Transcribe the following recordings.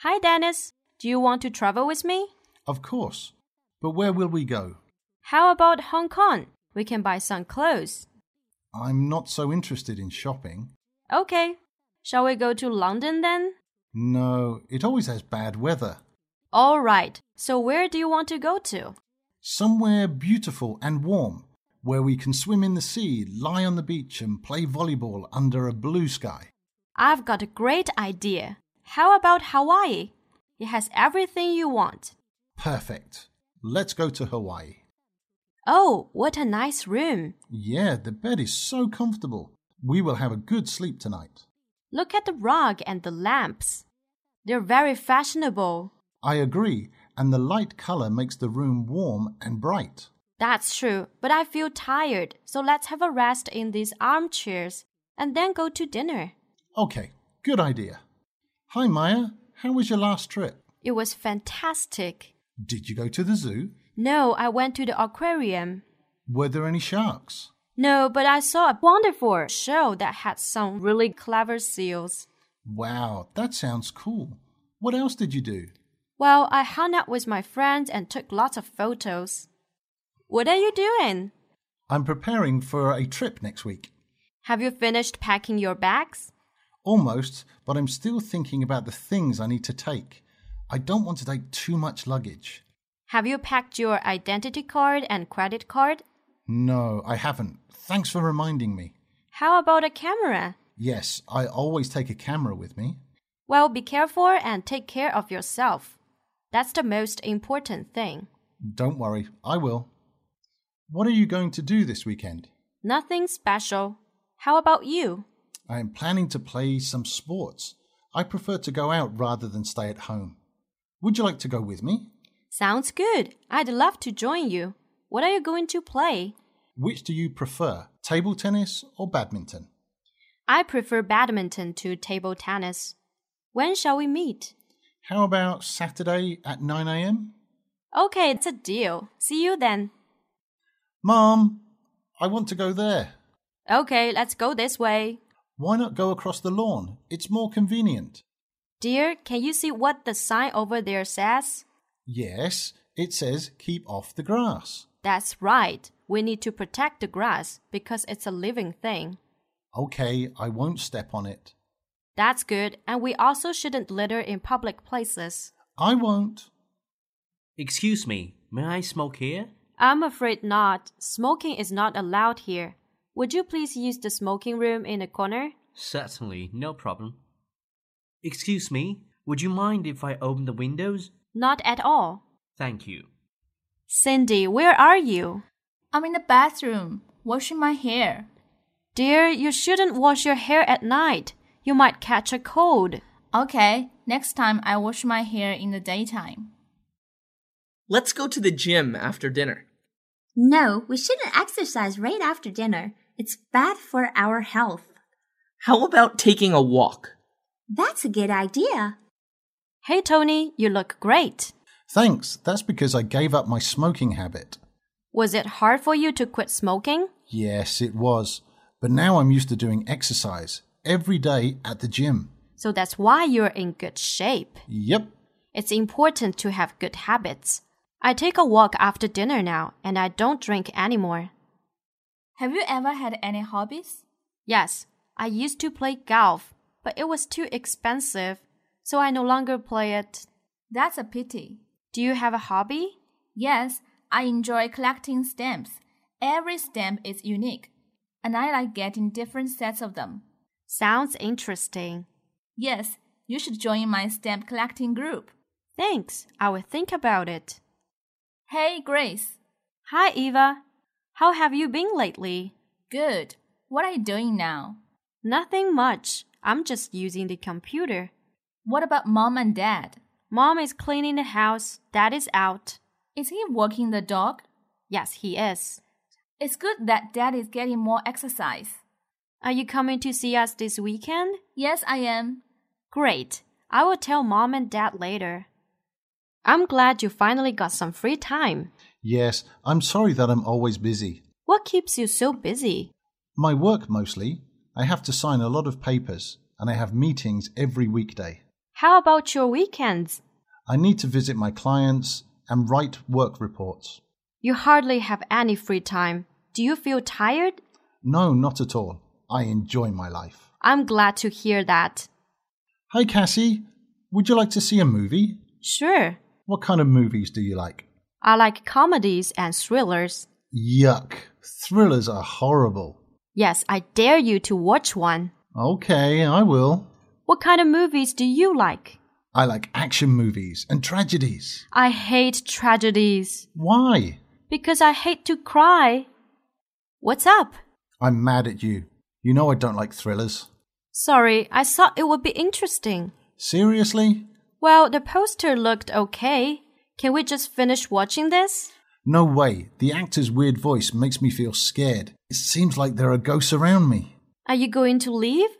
Hi, Dennis. Do you want to travel with me? Of course. But where will we go? How about Hong Kong? We can buy some clothes. I'm not so interested in shopping. Okay. Shall we go to London then? No, it always has bad weather. All right. So, where do you want to go to? Somewhere beautiful and warm, where we can swim in the sea, lie on the beach, and play volleyball under a blue sky. I've got a great idea. How about Hawaii? It has everything you want. Perfect. Let's go to Hawaii. Oh, what a nice room. Yeah, the bed is so comfortable. We will have a good sleep tonight. Look at the rug and the lamps. They're very fashionable. I agree, and the light color makes the room warm and bright. That's true, but I feel tired, so let's have a rest in these armchairs and then go to dinner. Okay, good idea. Hi, Maya. How was your last trip? It was fantastic. Did you go to the zoo? No, I went to the aquarium. Were there any sharks? No, but I saw a wonderful show that had some really clever seals. Wow, that sounds cool. What else did you do? Well, I hung out with my friends and took lots of photos. What are you doing? I'm preparing for a trip next week. Have you finished packing your bags? Almost, but I'm still thinking about the things I need to take. I don't want to take too much luggage. Have you packed your identity card and credit card? No, I haven't. Thanks for reminding me. How about a camera? Yes, I always take a camera with me. Well, be careful and take care of yourself. That's the most important thing. Don't worry, I will. What are you going to do this weekend? Nothing special. How about you? I am planning to play some sports. I prefer to go out rather than stay at home. Would you like to go with me? Sounds good. I'd love to join you. What are you going to play? Which do you prefer, table tennis or badminton? I prefer badminton to table tennis. When shall we meet? How about Saturday at 9 a.m.? Okay, it's a deal. See you then. Mom, I want to go there. Okay, let's go this way. Why not go across the lawn? It's more convenient. Dear, can you see what the sign over there says? Yes, it says keep off the grass. That's right. We need to protect the grass because it's a living thing. Okay, I won't step on it. That's good, and we also shouldn't litter in public places. I won't. Excuse me, may I smoke here? I'm afraid not. Smoking is not allowed here. Would you please use the smoking room in the corner? Certainly, no problem. Excuse me, would you mind if I open the windows? Not at all. Thank you. Cindy, where are you? I'm in the bathroom, washing my hair. Dear, you shouldn't wash your hair at night. You might catch a cold. Okay, next time I wash my hair in the daytime. Let's go to the gym after dinner. No, we shouldn't exercise right after dinner. It's bad for our health. How about taking a walk? That's a good idea. Hey, Tony, you look great. Thanks, that's because I gave up my smoking habit. Was it hard for you to quit smoking? Yes, it was. But now I'm used to doing exercise every day at the gym. So that's why you're in good shape. Yep. It's important to have good habits. I take a walk after dinner now, and I don't drink anymore. Have you ever had any hobbies? Yes, I used to play golf, but it was too expensive, so I no longer play it. That's a pity. Do you have a hobby? Yes, I enjoy collecting stamps. Every stamp is unique, and I like getting different sets of them. Sounds interesting. Yes, you should join my stamp collecting group. Thanks, I will think about it. Hey, Grace. Hi, Eva. How have you been lately? Good. What are you doing now? Nothing much. I'm just using the computer. What about mom and dad? Mom is cleaning the house. Dad is out. Is he walking the dog? Yes, he is. It's good that dad is getting more exercise. Are you coming to see us this weekend? Yes, I am. Great. I will tell mom and dad later. I'm glad you finally got some free time. Yes, I'm sorry that I'm always busy. What keeps you so busy? My work mostly. I have to sign a lot of papers and I have meetings every weekday. How about your weekends? I need to visit my clients and write work reports. You hardly have any free time. Do you feel tired? No, not at all. I enjoy my life. I'm glad to hear that. Hey, Cassie, would you like to see a movie? Sure. What kind of movies do you like? I like comedies and thrillers. Yuck. Thrillers are horrible. Yes, I dare you to watch one. Okay, I will. What kind of movies do you like? I like action movies and tragedies. I hate tragedies Why? because I hate to cry. What's up? I'm mad at you. You know I don't like thrillers. Sorry, I thought it would be interesting. Seriously? Well, the poster looked okay. Can we just finish watching this? No way. The actor's weird voice makes me feel scared. It seems like there are ghosts around me. Are you going to leave?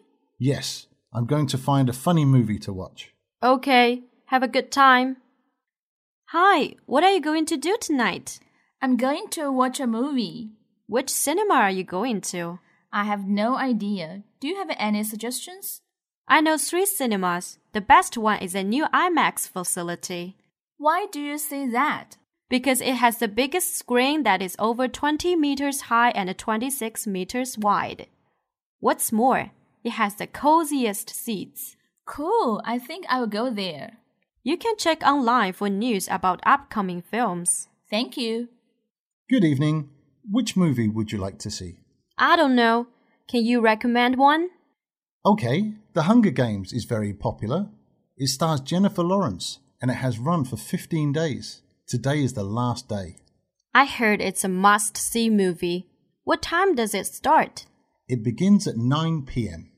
Yes, I'm going to find a funny movie to watch. Okay, have a good time. Hi, what are you going to do tonight? I'm going to watch a movie. Which cinema are you going to? I have no idea. Do you have any suggestions? I know three cinemas. The best one is a new IMAX facility Why do you say that? because it has the biggest screen that is over 20 meters high and 26 meters wide. What's more, it has the coziest seats. Cool. I think I will go there. You can check online for news about upcoming films. Thank you. Good evening. Which movie would you like to see? I don't know. Can you recommend one? Okay, The Hunger Games is very popular. It stars Jennifer Lawrence and it has run for 15 days. Today is the last day. I heard it's a must see movie. What time does it start? It begins at 9 pm.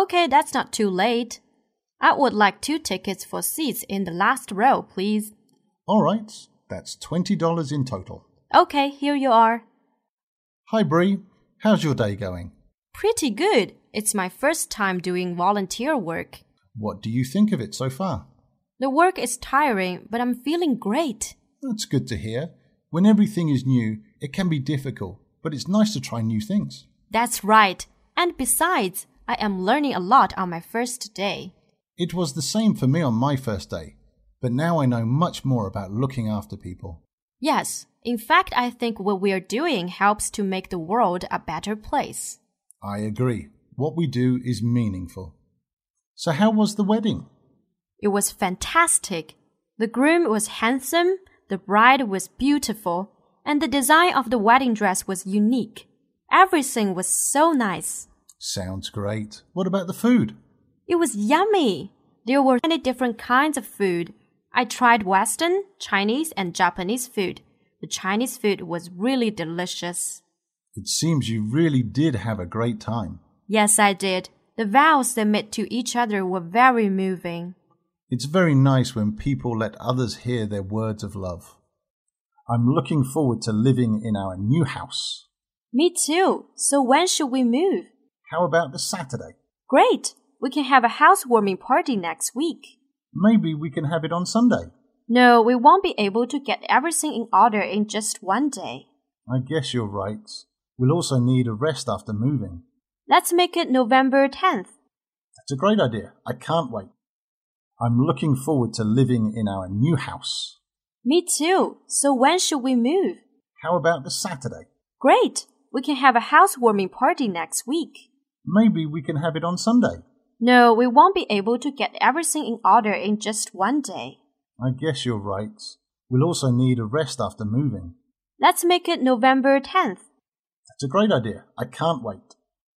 Okay, that's not too late. I would like two tickets for seats in the last row, please. All right, that's $20 in total. Okay, here you are. Hi, Bree. How's your day going? Pretty good. It's my first time doing volunteer work. What do you think of it so far? The work is tiring, but I'm feeling great. That's good to hear. When everything is new, it can be difficult, but it's nice to try new things. That's right. And besides, I am learning a lot on my first day. It was the same for me on my first day, but now I know much more about looking after people. Yes, in fact, I think what we are doing helps to make the world a better place. I agree. What we do is meaningful. So, how was the wedding? It was fantastic. The groom was handsome, the bride was beautiful, and the design of the wedding dress was unique. Everything was so nice. Sounds great. What about the food? It was yummy. There were many different kinds of food. I tried Western, Chinese, and Japanese food. The Chinese food was really delicious. It seems you really did have a great time. Yes, I did. The vows they made to each other were very moving. It's very nice when people let others hear their words of love. I'm looking forward to living in our new house. Me too. So when should we move? How about this Saturday? Great. We can have a housewarming party next week. Maybe we can have it on Sunday. No, we won't be able to get everything in order in just one day. I guess you're right. We'll also need a rest after moving. Let's make it November 10th. That's a great idea. I can't wait. I'm looking forward to living in our new house. Me too. So when should we move? How about this Saturday? Great. We can have a housewarming party next week. Maybe we can have it on Sunday. No, we won't be able to get everything in order in just one day. I guess you're right. We'll also need a rest after moving. Let's make it November 10th. That's a great idea. I can't wait.